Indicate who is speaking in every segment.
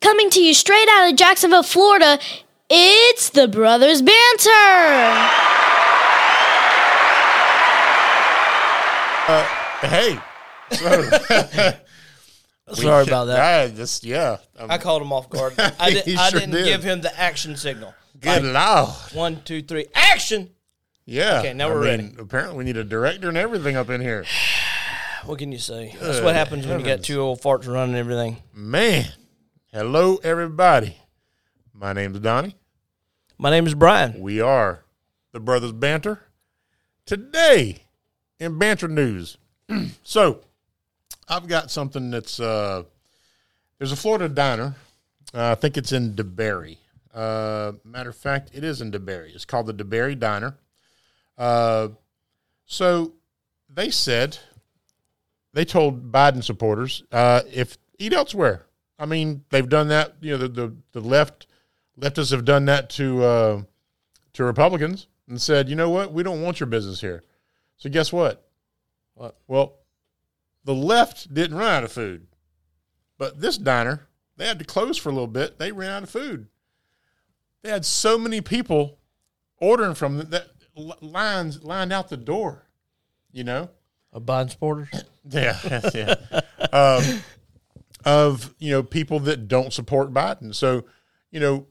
Speaker 1: Coming to you straight out of Jacksonville, Florida, it's the Brothers Banter.
Speaker 2: Hey. We
Speaker 3: Sorry
Speaker 2: should-
Speaker 3: about
Speaker 2: I
Speaker 3: that.
Speaker 2: just yeah. I'm-
Speaker 3: I called him off guard. I, did,
Speaker 2: He
Speaker 3: I
Speaker 2: sure
Speaker 3: didn't
Speaker 2: did.
Speaker 3: give him the action signal.
Speaker 2: good lord.
Speaker 3: One, two, three, action!
Speaker 2: Yeah.
Speaker 3: Okay, now we're ready.
Speaker 2: Apparently, we need a director and everything up in here.
Speaker 3: What can you say? That's what happens when you got two old farts running everything.
Speaker 2: Man, hello everybody. My name's Donnie.
Speaker 3: My name is Brian.
Speaker 2: We are the Brothers Banter. Today in Banter News. so, I've got something that's uh there's a Florida diner. Uh, I think it's in DeBerry. Uh, matter of fact, it is in DeBerry. It's called the DeBerry Diner. Uh, so they said they told Biden supporters, uh, if eat elsewhere. I mean, they've done that. You know, the the, the left leftists have done that to uh, to Republicans and said, you know what, we don't want your business here. So guess what?
Speaker 3: What?
Speaker 2: Well, the left didn't run out of food, but this diner they had to close for a little bit. They ran out of food. They had so many people ordering from them that l- lines lined out the door. You know.
Speaker 3: A Biden supporter?
Speaker 2: Yeah, yeah. um, of you know people that don't support Biden. So you know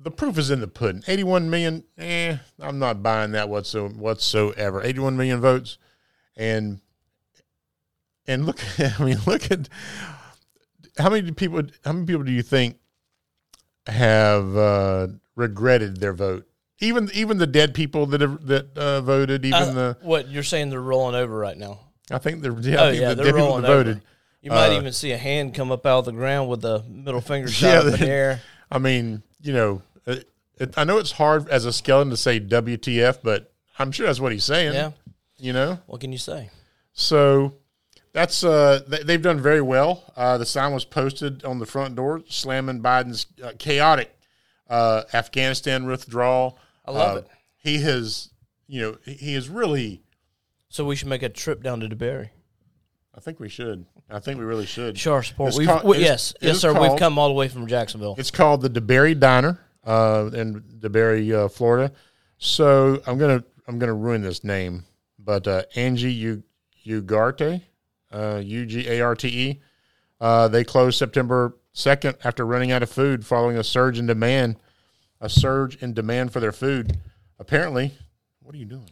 Speaker 2: the proof is in the pudding. Eighty-one million. Eh, I'm not buying that whatso whatsoever. Eighty-one million votes, and and look. I mean, look at how many people. How many people do you think have uh, regretted their vote? Even even the dead people that have, that uh, voted. Even the
Speaker 3: what, you're saying they're rolling over right now?
Speaker 2: I think the yeah, I
Speaker 3: oh,
Speaker 2: think
Speaker 3: yeah,
Speaker 2: the dead
Speaker 3: they're
Speaker 2: people
Speaker 3: rolling
Speaker 2: that voted.
Speaker 3: over. You might
Speaker 2: Uh,
Speaker 3: even see a hand come up out of the ground with the middle finger
Speaker 2: Yeah,
Speaker 3: shot up in
Speaker 2: they-
Speaker 3: the air.
Speaker 2: I mean, you know, it, it, I know it's hard as a skeleton to say WTF, but I'm sure that's what he's saying.
Speaker 3: Yeah.
Speaker 2: You know,
Speaker 3: What can you say?
Speaker 2: so that's uh, they, they've done very well. Uh, the sign was posted on the front door, slamming Biden's uh, chaotic uh, Afghanistan withdrawal. I
Speaker 3: love it.
Speaker 2: He has, you know, he- he is really.
Speaker 3: So we should make a trip down to DeBerry.
Speaker 2: I think we should. I think we really should.
Speaker 3: Show our support.
Speaker 2: It's
Speaker 3: We've,
Speaker 2: called-
Speaker 3: we-
Speaker 2: it's-
Speaker 3: yes,
Speaker 2: it
Speaker 3: yes,
Speaker 2: is
Speaker 3: sir.
Speaker 2: called-
Speaker 3: We've come all the way from Jacksonville.
Speaker 2: It's called the DeBerry Diner uh, in DeBerry, uh, Florida. So I'm gonna I'm gonna ruin this name, but uh, Angie U- Ugarte, uh, U G A R T E. Uh, they closed September 2nd after running out of food following a surge in demand. A surge in demand for their food. Apparently, what are you doing?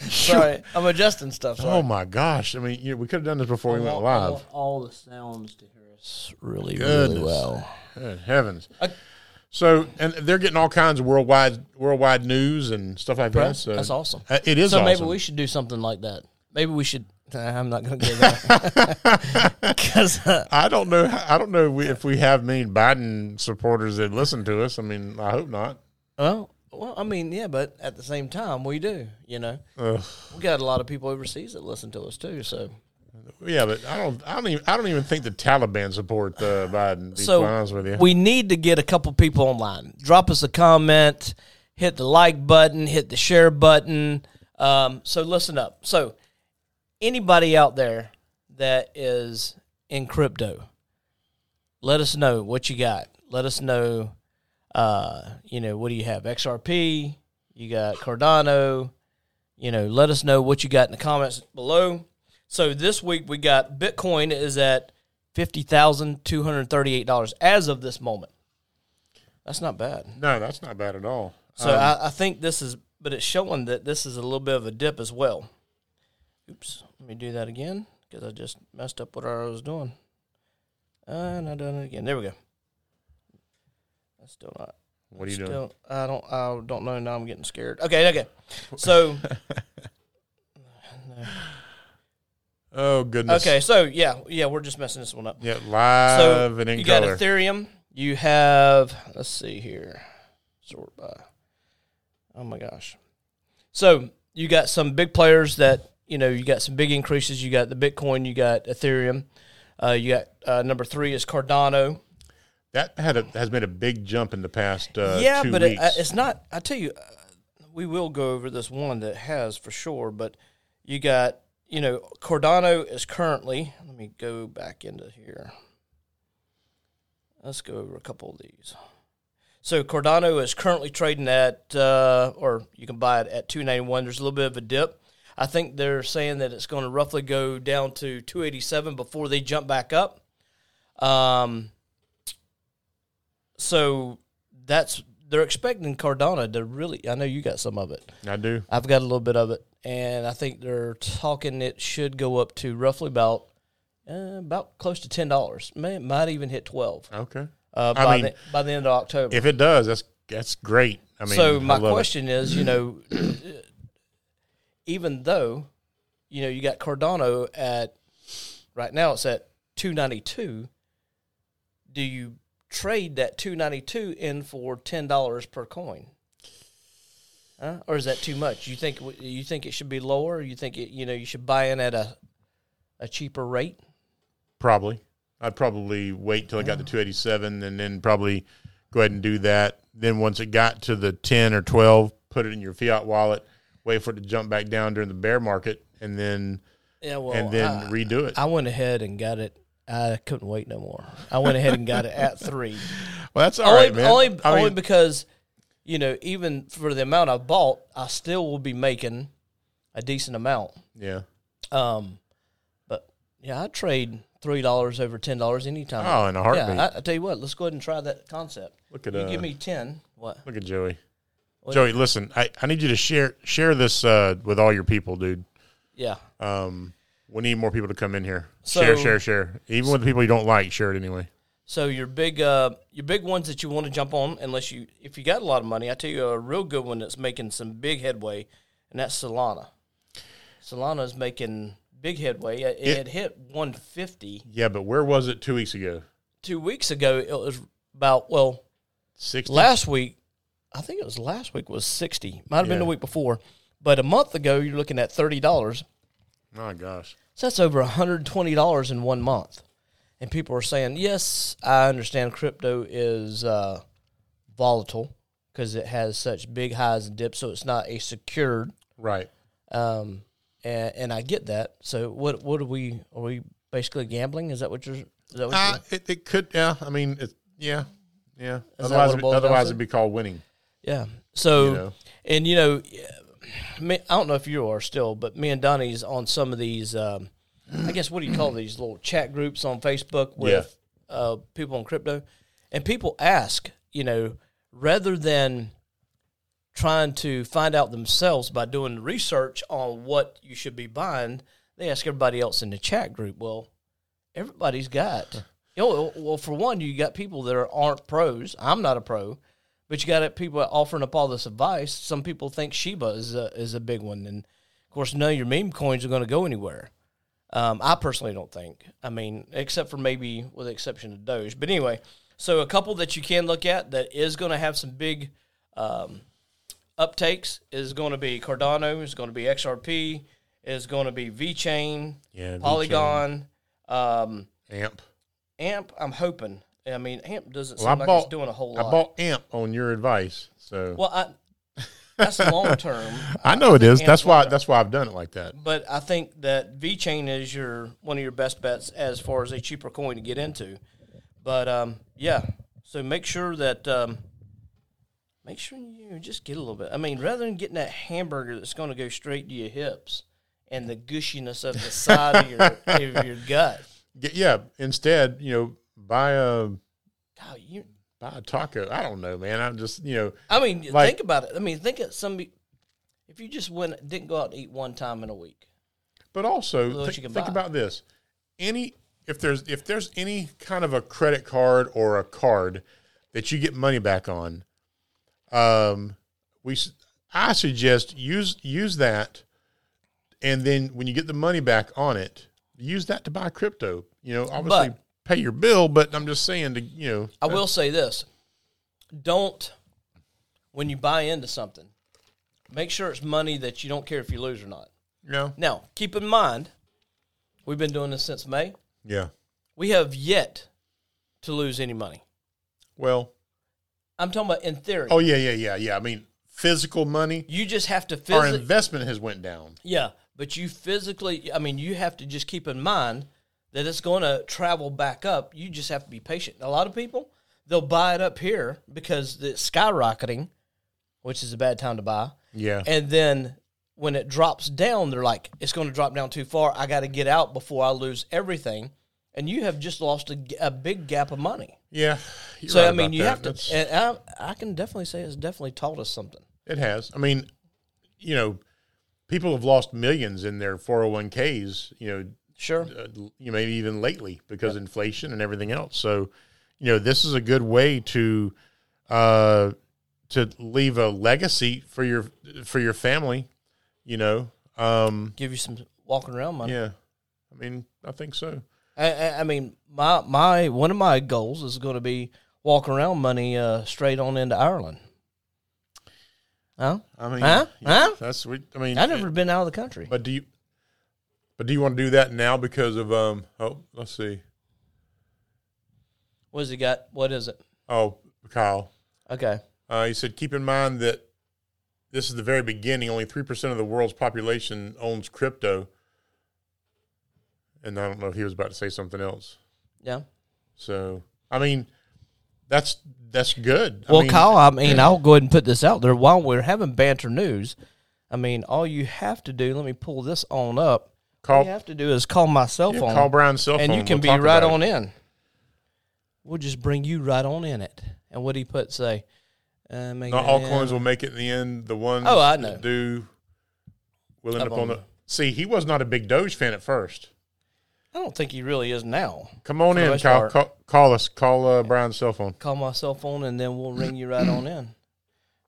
Speaker 3: Sorry, I'm adjusting stuff. Sorry.
Speaker 2: Oh my gosh! I mean, you know, we could have done this before we went
Speaker 3: I
Speaker 2: live.
Speaker 3: want all the sounds to hear us really,
Speaker 2: Oh, Goodness.
Speaker 3: really well.
Speaker 2: Good heavens!
Speaker 3: I-
Speaker 2: so, and they're getting all kinds of worldwide worldwide news and stuff like that. So
Speaker 3: That's awesome.
Speaker 2: Uh, It is
Speaker 3: So maybe
Speaker 2: awesome.
Speaker 3: we should do something like that. Maybe we should. Nah, I'm not going to go there because
Speaker 2: I don't know. I don't know if we have many Biden supporters that listen to us. I mean, I hope not.
Speaker 3: well, well, I mean, yeah, but at the same time, we do. You know,
Speaker 2: Ugh.
Speaker 3: we got a lot of people overseas that listen to us too. So,
Speaker 2: Yeah, but I don't. I don't even. I don't even think the Taliban support uh, Biden. to Be
Speaker 3: so
Speaker 2: quite honest with you,
Speaker 3: we need to get a couple people online. Drop us a comment, hit the like button, hit the share button. Um, so listen up. So anybody out there that is in crypto, let us know what you got. Let us know, uh, you know, what do you have? XRP, you got Cardano, you know, let us know what you got in the comments below. So this week we got Bitcoin is at $50,238 as of this moment. That's not bad.
Speaker 2: no, that's not bad at all.
Speaker 3: So I, I think this is, but it's showing that this is a little bit of a dip as well. Oops, let me do that again because I just messed up what I was doing. And I done it again. There we go. That's still not.
Speaker 2: What are you
Speaker 3: still,
Speaker 2: doing?
Speaker 3: I don't. I don't know. Now I'm getting scared. Okay. Okay. So
Speaker 2: Oh goodness.
Speaker 3: okay. So yeah. Yeah. We're just messing this one up.
Speaker 2: Yeah, live and in
Speaker 3: you
Speaker 2: color.
Speaker 3: got Ethereum. You have let's see here, sort by. Oh my gosh! So you got some big players that you know. You got some big increases. You got the Bitcoin. You got Ethereum. Uh, you got uh, number three is Cardano.
Speaker 2: that had a, has made a big jump in the past. Uh,
Speaker 3: yeah,
Speaker 2: two
Speaker 3: but it,
Speaker 2: weeks.
Speaker 3: uh, it's not. I tell you, uh, we will go over this one that has for sure. But you got you know Cardano is currently. Let me go back into here. Let's go over a couple of these. So Cardano is currently trading at, uh, or you can buy it at 291. There's a little bit of a dip. I think they're saying that it's going to roughly go down to 287 before they jump back up. Um, so that's they're expecting Cardano to really. I know you got some of it.
Speaker 2: I do.
Speaker 3: I've got a little bit of it, and I think they're talking it should go up to roughly about uh, about close to ten dollars. May might even hit twelve
Speaker 2: Okay.
Speaker 3: uh,
Speaker 2: I
Speaker 3: by
Speaker 2: mean-
Speaker 3: the by the end of October.
Speaker 2: If it does, that's that's great. I mean, I
Speaker 3: so my
Speaker 2: love it.
Speaker 3: question is, you know, even though you know you got Cardano at right now it's at two ninety two, do you trade that two ninety two in for ten dollars per coin? Huh? Or is that too much? You think you think it should be lower? You think it, you know you should buy in at a a cheaper rate?
Speaker 2: Probably. I'd probably wait till I
Speaker 3: Oh.
Speaker 2: got to 287 and then probably go ahead and do that. Then once it got to the 10 or 12, put it in your fiat wallet, wait for it to jump back down during the bear market and then
Speaker 3: Yeah, well,
Speaker 2: and then redo it.
Speaker 3: Oh, I went ahead and got it. I couldn't wait no more. I went ahead and got it at three.
Speaker 2: well, that's all
Speaker 3: only,
Speaker 2: right, man.
Speaker 3: only,
Speaker 2: I mean,
Speaker 3: only because you know, even for the amount I bought, I still will be making a decent amount.
Speaker 2: yeah.
Speaker 3: Um, but yeah, I trade three dollars over ten dollars anytime.
Speaker 2: Oh, in a heartbeat.
Speaker 3: Yeah, I, I tell you what, let's go ahead and try that concept.
Speaker 2: Look at
Speaker 3: you
Speaker 2: uh,
Speaker 3: give me ten. What?
Speaker 2: Look at Joey. Joey, listen, I, I need you to share share this uh, with all your people, dude.
Speaker 3: Yeah.
Speaker 2: Um, we need more people to come in here.
Speaker 3: So-
Speaker 2: share, share, share. Even with the people you don't like, share it anyway.
Speaker 3: So your big uh your big ones that you want to jump on, unless you if you got a lot of money, I tell you a real good one that's making some big headway, and that's Solana. Solana is making big headway. It, it had hit 150
Speaker 2: Yeah, but where was it two weeks ago?
Speaker 3: two weeks ago. It was about well
Speaker 2: 60?
Speaker 3: last week. I think it was last week was 60. Might have been the
Speaker 2: Yeah.
Speaker 3: week before, but a month ago you're looking at thirty dollars.
Speaker 2: My gosh.
Speaker 3: So that's over $120 in one month. And people are saying, yes, I understand crypto is uh, volatile because it has such big highs and dips. So it's not a secured.
Speaker 2: Right.
Speaker 3: Um, and, and I get that. So what what are we are we basically gambling? Is that what you're? Is that what
Speaker 2: Uh,
Speaker 3: you're
Speaker 2: it, it could, yeah. I mean, it, yeah, yeah.
Speaker 3: that
Speaker 2: otherwise,
Speaker 3: what it
Speaker 2: it'd-
Speaker 3: boils down
Speaker 2: otherwise
Speaker 3: to?
Speaker 2: it'd be called winning.
Speaker 3: yeah. So
Speaker 2: You know.
Speaker 3: and you know, me, I don't know if you are still, but me and Donnie's on some of these. Um, I guess what do you call these little chat groups on Facebook with uh, people on crypto, and people ask, you know, rather than trying to find out themselves by doing the research on what you should be buying, they ask everybody else in the chat group. Well, everybody's got. You know, well, for one, you got people that are, aren't pros. I'm not a pro, but you got people offering up all this advice. Some people think Sheba is a, is a big one, and of course, none of your meme coins are going to go anywhere. Um, I personally don't think. I mean, except for maybe with the exception of Doge. But anyway, so a couple that you can look at that is going to have some big um, uptakes is going to be Cardano, is going to be XRP, is going to be VeChain,
Speaker 2: Yeah, VeChain.
Speaker 3: Polygon, Um,
Speaker 2: Amp.
Speaker 3: AMP. I'm hoping. I mean, AMP doesn't
Speaker 2: Well,
Speaker 3: seem
Speaker 2: I
Speaker 3: like
Speaker 2: bought,
Speaker 3: it's doing a whole
Speaker 2: I
Speaker 3: lot.
Speaker 2: bought Amp on your advice. So
Speaker 3: well, I, that's long term,
Speaker 2: I know it is. That's
Speaker 3: Amp's
Speaker 2: why, that's why I've done it like that.
Speaker 3: but I think that VeChain is your one of your best bets as far as a cheaper coin to get into. But um, yeah, so make sure that um, make sure you just get a little bit. I mean, rather than getting that hamburger that's going to go straight to your hips and the gushiness of the side of your of your gut.
Speaker 2: Get, yeah. Instead, you know, buy a,
Speaker 3: God, you
Speaker 2: buy a taco. I don't know, man. I'm just, you know,
Speaker 3: I mean,
Speaker 2: Like-
Speaker 3: think about it. I mean, think of somebody. If you just went, didn't go out and eat one time in a week,
Speaker 2: But also
Speaker 3: What
Speaker 2: thi-
Speaker 3: you can
Speaker 2: think
Speaker 3: buy.
Speaker 2: about this: any if there's if there's any kind of a credit card or a card that you get money back on, um, we s- I suggest use use that, and then when you get the money back on it, use that to buy crypto. You know, obviously
Speaker 3: But-
Speaker 2: pay your bill, but I'm just saying to you know,
Speaker 3: I will say this: don't when you buy into something, make sure it's money that you don't care if you lose or not.
Speaker 2: you know,
Speaker 3: Now, keep in mind, we've been doing this since May.
Speaker 2: yeah.
Speaker 3: We have yet to lose any money.
Speaker 2: Well,
Speaker 3: I'm talking about in theory.
Speaker 2: oh yeah, yeah, yeah, yeah. I mean, physical money,
Speaker 3: You just have to
Speaker 2: our
Speaker 3: physically
Speaker 2: investment has went down.
Speaker 3: Yeah, but you physically, I mean, you have to just keep in mind that it's going to travel back up. You just have to be patient. A lot of people they'll buy it up here because it's skyrocketing, which is a bad time to buy.
Speaker 2: Yeah.
Speaker 3: And then when it drops down, they're like, it's going to drop down too far. I got to get out before I lose everything. And you have just lost a, g- a big gap of money.
Speaker 2: yeah. you're
Speaker 3: So,
Speaker 2: right
Speaker 3: I mean,
Speaker 2: about
Speaker 3: you
Speaker 2: that.
Speaker 3: have
Speaker 2: That's-
Speaker 3: to, and I, I can definitely say it's definitely taught us something.
Speaker 2: It has. I mean, you know, people have lost millions in their 401ks, you know,
Speaker 3: Sure.
Speaker 2: uh, you know, maybe even lately because inflation and everything else. So, you know, this is a good way to uh to leave a legacy for your for your family, you know. Um
Speaker 3: Give you some walking around money.
Speaker 2: yeah. I mean, I think so.
Speaker 3: I, I, I mean, my, my, one of my goals is going to be walking around money uh, straight on into Ireland. Huh?
Speaker 2: I mean,
Speaker 3: Huh? Huh?
Speaker 2: that's we I mean,
Speaker 3: I've never been out of the country.
Speaker 2: But do you? But do you want to do that now because of um? Oh, let's see.
Speaker 3: What has he got? What is it?
Speaker 2: Oh, Kyle,
Speaker 3: Okay.
Speaker 2: uh, he said, keep in mind that this is the very beginning. Only three percent of the world's population owns crypto, and I don't know if he was about to say something else.
Speaker 3: Yeah.
Speaker 2: So I mean, that's that's good. I
Speaker 3: Well,
Speaker 2: mean,
Speaker 3: Kyle, I mean, I'll go ahead and put this out there. While we're having banter news, I mean, all you have to do, let me pull this on up. All
Speaker 2: call
Speaker 3: you have to do is call my cell
Speaker 2: yeah,
Speaker 3: phone,
Speaker 2: call Brian's cell phone,
Speaker 3: and you can
Speaker 2: We'll
Speaker 3: be
Speaker 2: talk
Speaker 3: right
Speaker 2: about
Speaker 3: on
Speaker 2: it.
Speaker 3: in. We'll just bring you right on in it. And what did he put say? Uh, make
Speaker 2: Not
Speaker 3: it
Speaker 2: all
Speaker 3: in.
Speaker 2: coins will make it in the end. The ones
Speaker 3: Oh, I know.
Speaker 2: that do will end up
Speaker 3: Up
Speaker 2: on
Speaker 3: on-
Speaker 2: the. See, he was not a big Doge fan at first.
Speaker 3: I don't think he really is now.
Speaker 2: Come on
Speaker 3: the
Speaker 2: in,
Speaker 3: most
Speaker 2: Kyle.
Speaker 3: part.
Speaker 2: Call, call us. Call uh, Brian's cell phone.
Speaker 3: Call my cell phone, and then we'll ring you right on in.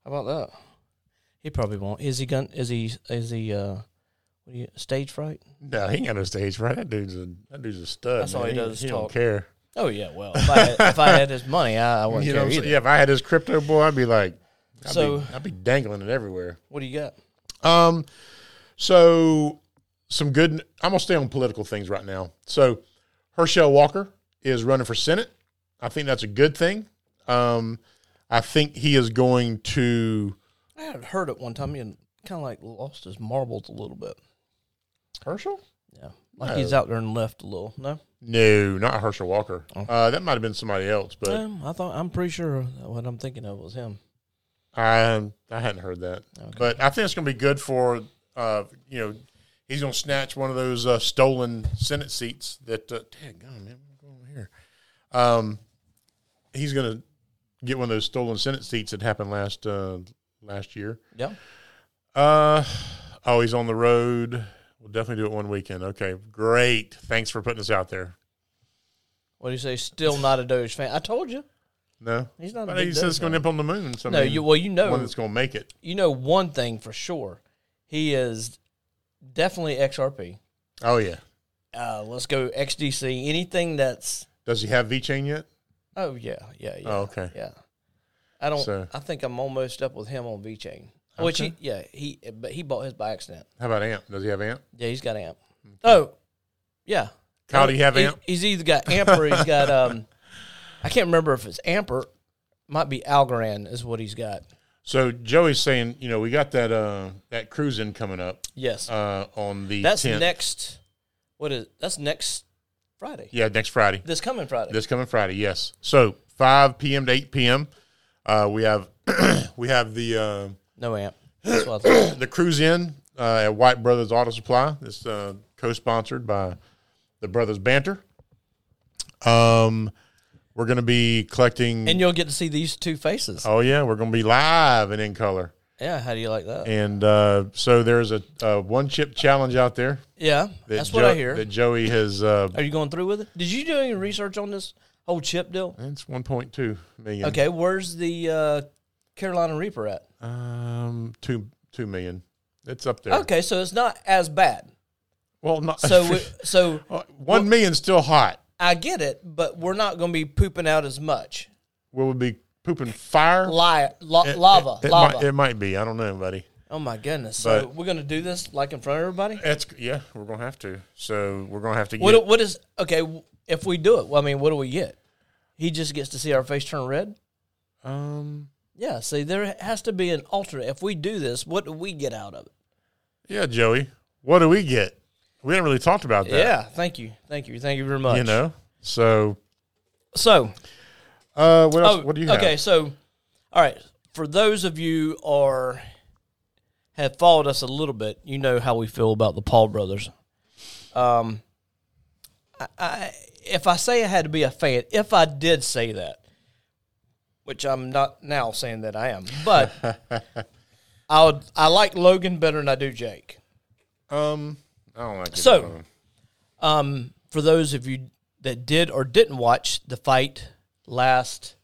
Speaker 3: How about that? He probably won't. Is he gun? Is he? Is he? Uh, what do you, stage fright?
Speaker 2: No, he ain't got no stage right. That dude's a that dude's a stud.
Speaker 3: That's all
Speaker 2: man.
Speaker 3: he does is
Speaker 2: don't
Speaker 3: talk.
Speaker 2: care.
Speaker 3: Oh yeah, well, if I had, if I had his money, I, I wouldn't
Speaker 2: You know,
Speaker 3: care
Speaker 2: what I'm
Speaker 3: either.
Speaker 2: saying? yeah. If I had his crypto boy, I'd be like, I'd
Speaker 3: So-
Speaker 2: be, I'd be dangling it everywhere.
Speaker 3: What do you got?
Speaker 2: Um, so some good. I'm gonna stay on political things right now. So Herschel Walker is running for Senate. I think that's a good thing. Um, I think he is going to
Speaker 3: I had heard it one time and kind of like lost his marbles a little bit.
Speaker 2: Herschel.
Speaker 3: Yeah, like he's out there and left a little. No,
Speaker 2: No, not Herschel Walker.
Speaker 3: Oh.
Speaker 2: Uh, that might have been somebody else, but
Speaker 3: Um, I thought I'm pretty sure that what I'm thinking of was him.
Speaker 2: I I hadn't heard that, but I think it's going to be good for uh, you know he's going to snatch one of those uh, stolen Senate seats that uh, dang God, man, what's going on here? Um, he's going to get one of those stolen Senate seats that happened last uh, last year.
Speaker 3: Yeah,
Speaker 2: Uh, oh, he's on the road. We'll definitely do it one weekend. Okay, great. Thanks for putting us out there.
Speaker 3: what do you say? Still not a Doge fan. I told you.
Speaker 2: No,
Speaker 3: He's not a
Speaker 2: But
Speaker 3: big
Speaker 2: he says
Speaker 3: Doge
Speaker 2: it's going to nip on the moon. So I
Speaker 3: No,
Speaker 2: mean,
Speaker 3: you well, you know,
Speaker 2: one that's going to make it.
Speaker 3: you know one thing for sure. He is definitely XRP.
Speaker 2: Oh yeah.
Speaker 3: Uh, let's go XDC. Anything that's
Speaker 2: Does he have V chain yet?
Speaker 3: oh yeah, yeah, yeah.
Speaker 2: Oh, okay.
Speaker 3: Yeah. I don't.
Speaker 2: So-
Speaker 3: I think I'm almost up with him on V Chain. Which he, yeah, he but he bought his by accident.
Speaker 2: How about Amp? Does he have Amp?
Speaker 3: Yeah, he's got amp. Oh, yeah.
Speaker 2: Kyle, do you have
Speaker 3: He-
Speaker 2: amp?
Speaker 3: He's either got amp or he's got um. I can't remember if it's amp or might be Algorand is what he's got.
Speaker 2: So Joey's saying, you know, we got that uh that cruising coming up
Speaker 3: Yes,
Speaker 2: uh on the
Speaker 3: that's
Speaker 2: 10th.
Speaker 3: next. What is that's next Friday?
Speaker 2: Yeah, next Friday.
Speaker 3: This coming Friday.
Speaker 2: This coming Friday, yes. So five PM to eight PM. Uh we have we have the uh
Speaker 3: no amp. That's what I thought.
Speaker 2: the cruise in uh, at White Brothers Auto Supply. It's uh co sponsored by the Brothers Banter. Um we're gonna be collecting
Speaker 3: and you'll get to see these two faces.
Speaker 2: Oh yeah, we're gonna be live and in color.
Speaker 3: Yeah, how do you like that?
Speaker 2: And uh, so there's a, a one chip challenge out there.
Speaker 3: Yeah,
Speaker 2: that
Speaker 3: that's what
Speaker 2: Jo-
Speaker 3: I hear.
Speaker 2: That Joey has. Uh,
Speaker 3: Are you going through with it? Did you do any research on this whole chip deal?
Speaker 2: it's 1.2 million.
Speaker 3: Okay, where's the uh, Carolina Reaper at?
Speaker 2: Um, two two million. It's up there.
Speaker 3: Okay, so it's not as bad.
Speaker 2: Well, not
Speaker 3: So we, so
Speaker 2: Uh, one million's still hot.
Speaker 3: I get it, but we're not going to be pooping out as much.
Speaker 2: Will we be pooping fire?
Speaker 3: Li- lo-
Speaker 2: It-
Speaker 3: lava,
Speaker 2: It, it
Speaker 3: lava.
Speaker 2: Might, it might be. I don't know, buddy.
Speaker 3: oh my goodness! So
Speaker 2: but- Uh,
Speaker 3: we're going to do this like in front of everybody.
Speaker 2: It's yeah. We're gonna have to. So we're gonna have to get.
Speaker 3: What what is okay? w- If we do it, well, I mean, what do we get? He just gets to see our face turn red.
Speaker 2: um.
Speaker 3: Yeah. See, there has to be an alternate. If we do this, what do we get out of it?
Speaker 2: Yeah, Joey. What do we get? We haven't really talked about that.
Speaker 3: Yeah, thank you, thank you, thank you very much.
Speaker 2: You know? So,
Speaker 3: so
Speaker 2: uh, what, else,
Speaker 3: oh,
Speaker 2: what do you have?
Speaker 3: okay, so all right, for those of you are have followed us a little bit, you know how we feel about the Paul brothers. Um, I, I if I say I had to be a fan, if I did say that, which I'm not now saying that I am, but I would I like Logan better than I do Jake.
Speaker 2: Um, I don't like it.
Speaker 3: So-
Speaker 2: Um,
Speaker 3: Um, for those of you that did or didn't watch the fight last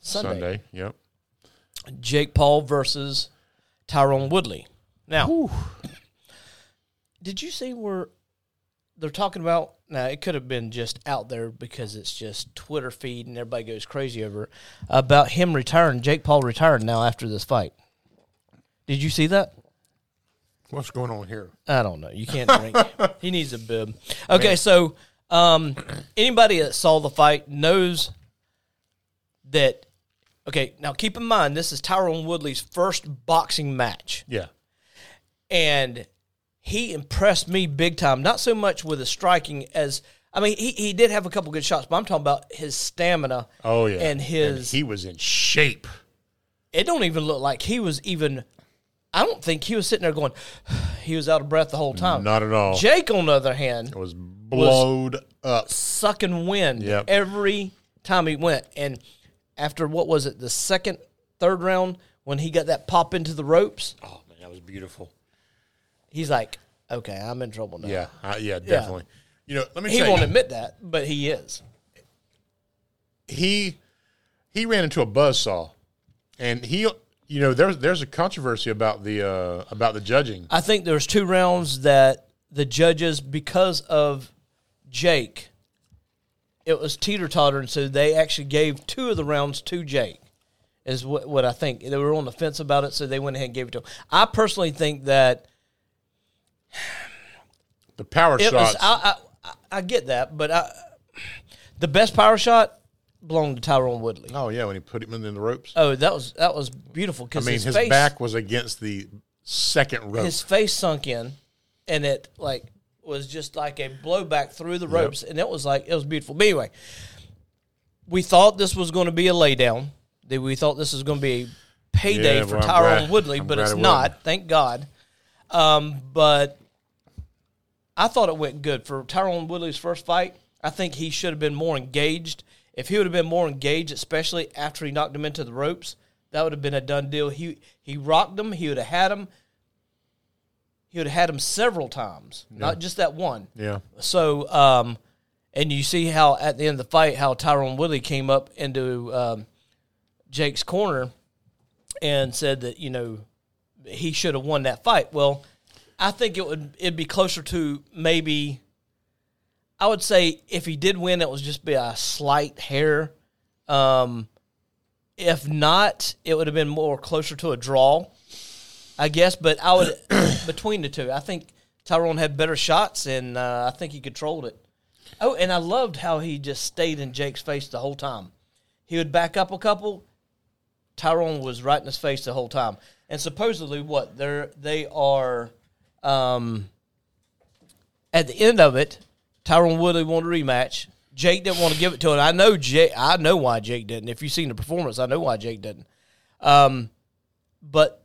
Speaker 3: Sunday,
Speaker 2: Sunday. Yep.
Speaker 3: Jake Paul versus Tyrone Woodley. Now, did you see where they're talking about? Now, it could have been just out there because it's just Twitter feed and everybody goes crazy over it, about him retiring, Jake Paul retiring now after this fight. Did you see that?
Speaker 2: What's going on here?
Speaker 3: I don't know. You can't drink. he needs a bib. Okay, so um, anybody that saw the fight knows that. Okay, now keep in mind this is Tyrone Woodley's first boxing match,
Speaker 2: Yeah.
Speaker 3: and he impressed me big time. Not so much with his striking as I mean, he, he did have a couple good shots, but I'm talking about his stamina.
Speaker 2: Oh, yeah.
Speaker 3: and his
Speaker 2: he was in shape.
Speaker 3: it don't even look like he was even. I don't think he was sitting there going. he was out of breath the whole time.
Speaker 2: Not at all.
Speaker 3: Jake, on the other hand,
Speaker 2: was blowed up.
Speaker 3: sucking wind
Speaker 2: Yep.
Speaker 3: every time he went. And after what was it, the second, third round, when he got that pop into the ropes,
Speaker 2: Oh man, that was beautiful.
Speaker 3: he's like, okay, I'm in trouble now.
Speaker 2: Yeah, I, yeah, definitely. You know, let me
Speaker 3: He
Speaker 2: tell
Speaker 3: won't
Speaker 2: you,
Speaker 3: admit that, but he is.
Speaker 2: he he ran into a buzzsaw, and he, you know, there's there's a controversy about the uh, about the judging.
Speaker 3: I think there was two rounds that the judges, because of Jake, it was teeter tottering, so they actually gave two of the rounds to Jake. Is what, what I think they were on the fence about it, so they went ahead and gave it to him. I personally think that
Speaker 2: The power
Speaker 3: it
Speaker 2: shots.
Speaker 3: was. I, I I- I get that, but I, the best power shot belonged to Tyrone Woodley.
Speaker 2: oh yeah, when he put him in the ropes.
Speaker 3: Oh, that was that was beautiful
Speaker 2: I
Speaker 3: because
Speaker 2: mean,
Speaker 3: his,
Speaker 2: his,
Speaker 3: face,
Speaker 2: back was against the second rope.
Speaker 3: his face sunk in, and it like was just like a blowback through the ropes, and it was like it was beautiful. But anyway, we thought this was going to be a laydown. That we thought this was going to be a payday
Speaker 2: Yeah,
Speaker 3: for
Speaker 2: well, I'm
Speaker 3: Tyrone
Speaker 2: glad-
Speaker 3: Woodley,
Speaker 2: I'm
Speaker 3: but
Speaker 2: glad
Speaker 3: it's
Speaker 2: it
Speaker 3: not. Thank God. Um, but I thought it went good for Tyrone Woodley's first fight. I think he should have been more engaged. If he would have been more engaged, especially after he knocked him into the ropes, that would have been a done deal. He he rocked him. He would have had him. He would have had him several times, not just that one.
Speaker 2: yeah,
Speaker 3: So, um, and you see how at the end of the fight, how Tyrone Woodley came up into um, Jake's corner and said that you know he should have won that fight. Well, I think it would it'd be closer to maybe. I would say if he did win, it was just be a slight hair. Um, if not, it would have been more closer to a draw, I guess. But I would between the two, I think Tyrone had better shots, and uh, I think he controlled it. Oh, and I loved how he just stayed in Jake's face the whole time. He would back up a couple. Tyrone was right in his face the whole time. And supposedly, what they're they are, um, at the end of it, Tyrone Woodley wanted a rematch. Jake didn't want to give it to him. I know Jake. I know why Jake didn't. If you've seen the performance, I know why Jake didn't. Um, but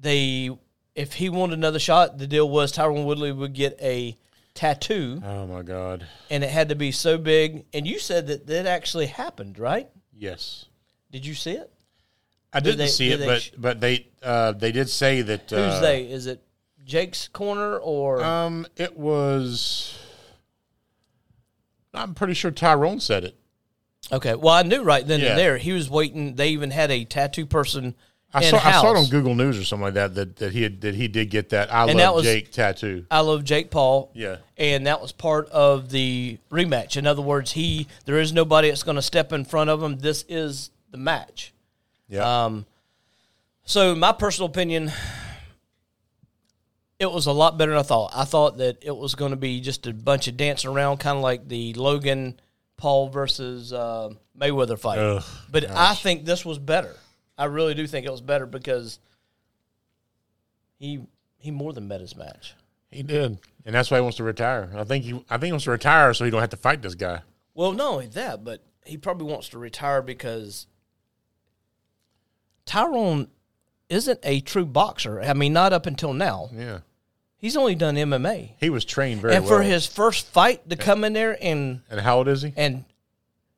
Speaker 3: they, if he wanted another shot, the deal was Tyrone Woodley would get a tattoo,
Speaker 2: Oh my God.
Speaker 3: and it had to be so big. And you said that that actually happened, right?
Speaker 2: Yes,
Speaker 3: Did you see it?
Speaker 2: I didn't
Speaker 3: they-
Speaker 2: see
Speaker 3: do
Speaker 2: it,
Speaker 3: they
Speaker 2: but
Speaker 3: sh-
Speaker 2: but they uh, they did say that uh,
Speaker 3: Who's they? Is it Jake's corner or?
Speaker 2: Um, it was. I'm pretty sure Tyrone said it.
Speaker 3: okay, well I knew right then
Speaker 2: Yeah.
Speaker 3: and there he was waiting. They even had a tattoo person.
Speaker 2: I
Speaker 3: in
Speaker 2: saw, I saw it
Speaker 3: house.
Speaker 2: on Google News or something like that that, that he had, that he did get that I love
Speaker 3: that was-
Speaker 2: Jake tattoo.
Speaker 3: I love Jake Paul.
Speaker 2: Yeah.
Speaker 3: And that was part of the rematch. In other words, he there is nobody that's going to step in front of him. This is the match.
Speaker 2: Yeah,
Speaker 3: Um, so my personal opinion, it was a lot better than I thought. I thought that it was going to be just a bunch of dancing around, kind of like the Logan Paul versus uh, Mayweather fight.
Speaker 2: Ugh,
Speaker 3: but I think this was better. I really do think it was better because he he more than met his match.
Speaker 2: He did, and that's why he wants to retire. I think he, I think he wants to retire so he don't have to fight this guy.
Speaker 3: Well, not only that, but he probably wants to retire because Tyrone isn't a true boxer. I mean, not up until now.
Speaker 2: Yeah,
Speaker 3: He's only done MMA.
Speaker 2: he was trained very
Speaker 3: and
Speaker 2: well.
Speaker 3: for his first fight to come in there and
Speaker 2: and how old is he?
Speaker 3: and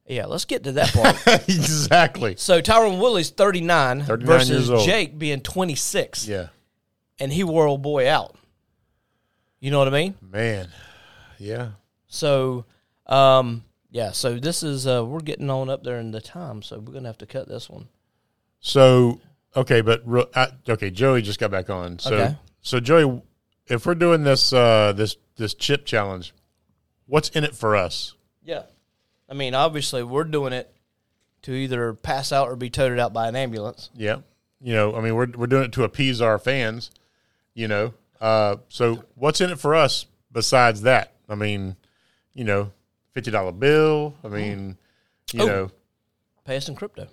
Speaker 3: yeah, let's get to that part.
Speaker 2: exactly.
Speaker 3: so Tyrone Woodley's 39,
Speaker 2: 39 years
Speaker 3: versus
Speaker 2: old.
Speaker 3: Jake being 26
Speaker 2: Yeah,
Speaker 3: and he wore old boy out. You know what I mean?
Speaker 2: man. Yeah,
Speaker 3: So, um, yeah. So this is uh, we're getting on up there in the time, so we're gonna have to cut this one.
Speaker 2: So okay, but real- I, okay, Joey just got back on. So
Speaker 3: Okay.
Speaker 2: so Joey, if we're doing this uh, this this chip challenge, what's in it for us?
Speaker 3: Yeah. I mean, obviously, we're doing it to either pass out or be toted out by an ambulance.
Speaker 2: Yeah, you know, I mean, we're we're doing it to appease our fans, you know. Uh, so what's in it for us besides that? I mean, you know, fifty dollar bill. I mean, you
Speaker 3: Oh.
Speaker 2: know,
Speaker 3: Pay us in crypto.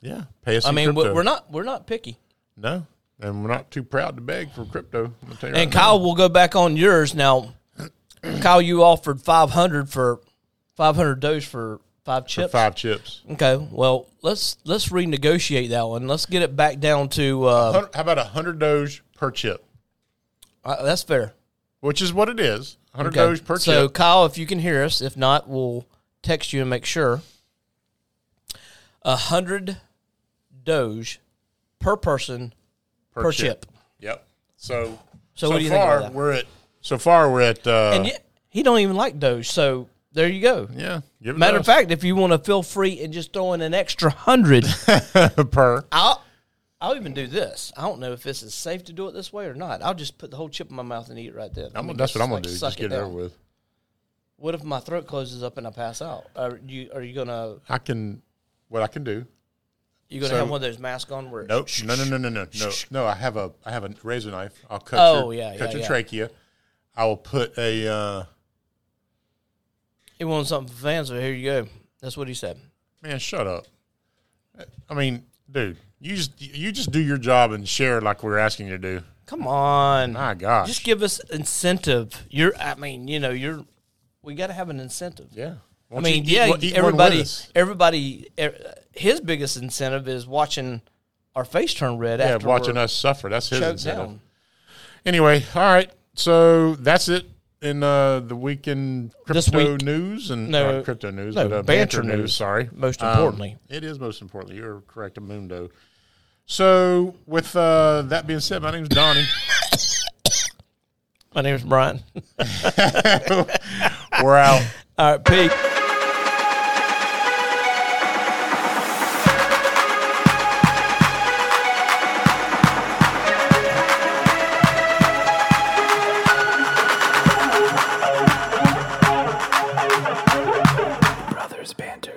Speaker 2: yeah, pay us.
Speaker 3: I
Speaker 2: in
Speaker 3: mean, we-
Speaker 2: crypto.
Speaker 3: we're not we're not picky.
Speaker 2: no, and we're not too proud to beg for crypto. I'm gonna tell you
Speaker 3: And
Speaker 2: right now.
Speaker 3: Kyle will go back on yours now. Kyle, you offered five hundred for five hundred dose for five chips.
Speaker 2: five chips.
Speaker 3: Okay, well let's let's renegotiate that one. Let's get it back down to uh,
Speaker 2: How about a hundred doge per chip?
Speaker 3: uh, that's fair.
Speaker 2: which is what it is. Hundred
Speaker 3: Okay.
Speaker 2: dollars per
Speaker 3: so
Speaker 2: chip.
Speaker 3: Kyle, if you can hear us, if not, we'll text you and make sure. A hundred Doge per person per, chip.
Speaker 2: Yep. So
Speaker 3: So
Speaker 2: so,
Speaker 3: what do you think
Speaker 2: far
Speaker 3: about that?
Speaker 2: we're at so far we're at uh,
Speaker 3: And yet, he don't even like Doge, so there you go.
Speaker 2: yeah. give it
Speaker 3: Matter
Speaker 2: to
Speaker 3: of fact, if you want to feel free and just throw in an extra hundred,
Speaker 2: us. per
Speaker 3: I'll I'll even do this. I don't know if this is safe to do it this way or not. I'll just put the whole chip in my mouth and eat it right then. I
Speaker 2: I'm,
Speaker 3: mean,
Speaker 2: gonna that's what I'm
Speaker 3: like
Speaker 2: gonna do.
Speaker 3: suck
Speaker 2: Just get it
Speaker 3: down.
Speaker 2: over with.
Speaker 3: What if my throat closes up and I pass out? Are you are you gonna
Speaker 2: I can what I can do.
Speaker 3: you gonna
Speaker 2: So-
Speaker 3: have one of those masks on where
Speaker 2: Nope. No no no no no no no. I have a I have a razor knife. I'll cut
Speaker 3: Oh,
Speaker 2: your
Speaker 3: yeah,
Speaker 2: cut
Speaker 3: yeah,
Speaker 2: your
Speaker 3: yeah.
Speaker 2: trachea. I will put a uh,
Speaker 3: He wanted something for fans, so here you go. That's what he said.
Speaker 2: man. Shut up. I mean, dude, you just you just do your job and share like we're asking you to do.
Speaker 3: Come on,
Speaker 2: My gosh.
Speaker 3: just give us incentive. You're, I mean, you know, you're. We got to have an incentive.
Speaker 2: yeah.
Speaker 3: I
Speaker 2: Won't you
Speaker 3: mean,
Speaker 2: eat
Speaker 3: yeah,
Speaker 2: one- eat one with
Speaker 3: everybody,
Speaker 2: us?
Speaker 3: everybody, er, his biggest incentive is watching our face turn red
Speaker 2: Yeah,
Speaker 3: after
Speaker 2: watching
Speaker 3: we're
Speaker 2: us suffer. That's his
Speaker 3: choked
Speaker 2: incentive.
Speaker 3: down.
Speaker 2: Anyway, all right. So that's it in uh, the week in
Speaker 3: This
Speaker 2: crypto
Speaker 3: week.
Speaker 2: news and
Speaker 3: No,
Speaker 2: not crypto news,
Speaker 3: no,
Speaker 2: but uh,
Speaker 3: banter
Speaker 2: banter, news,
Speaker 3: news,
Speaker 2: Sorry,
Speaker 3: most
Speaker 2: Um,
Speaker 3: importantly.
Speaker 2: it is most importantly. You're correct, Mundo. So with uh, that being said, my name's Donnie.
Speaker 3: My name's Brian.
Speaker 2: We're out.
Speaker 3: All right, peace.
Speaker 4: Brothers Banter.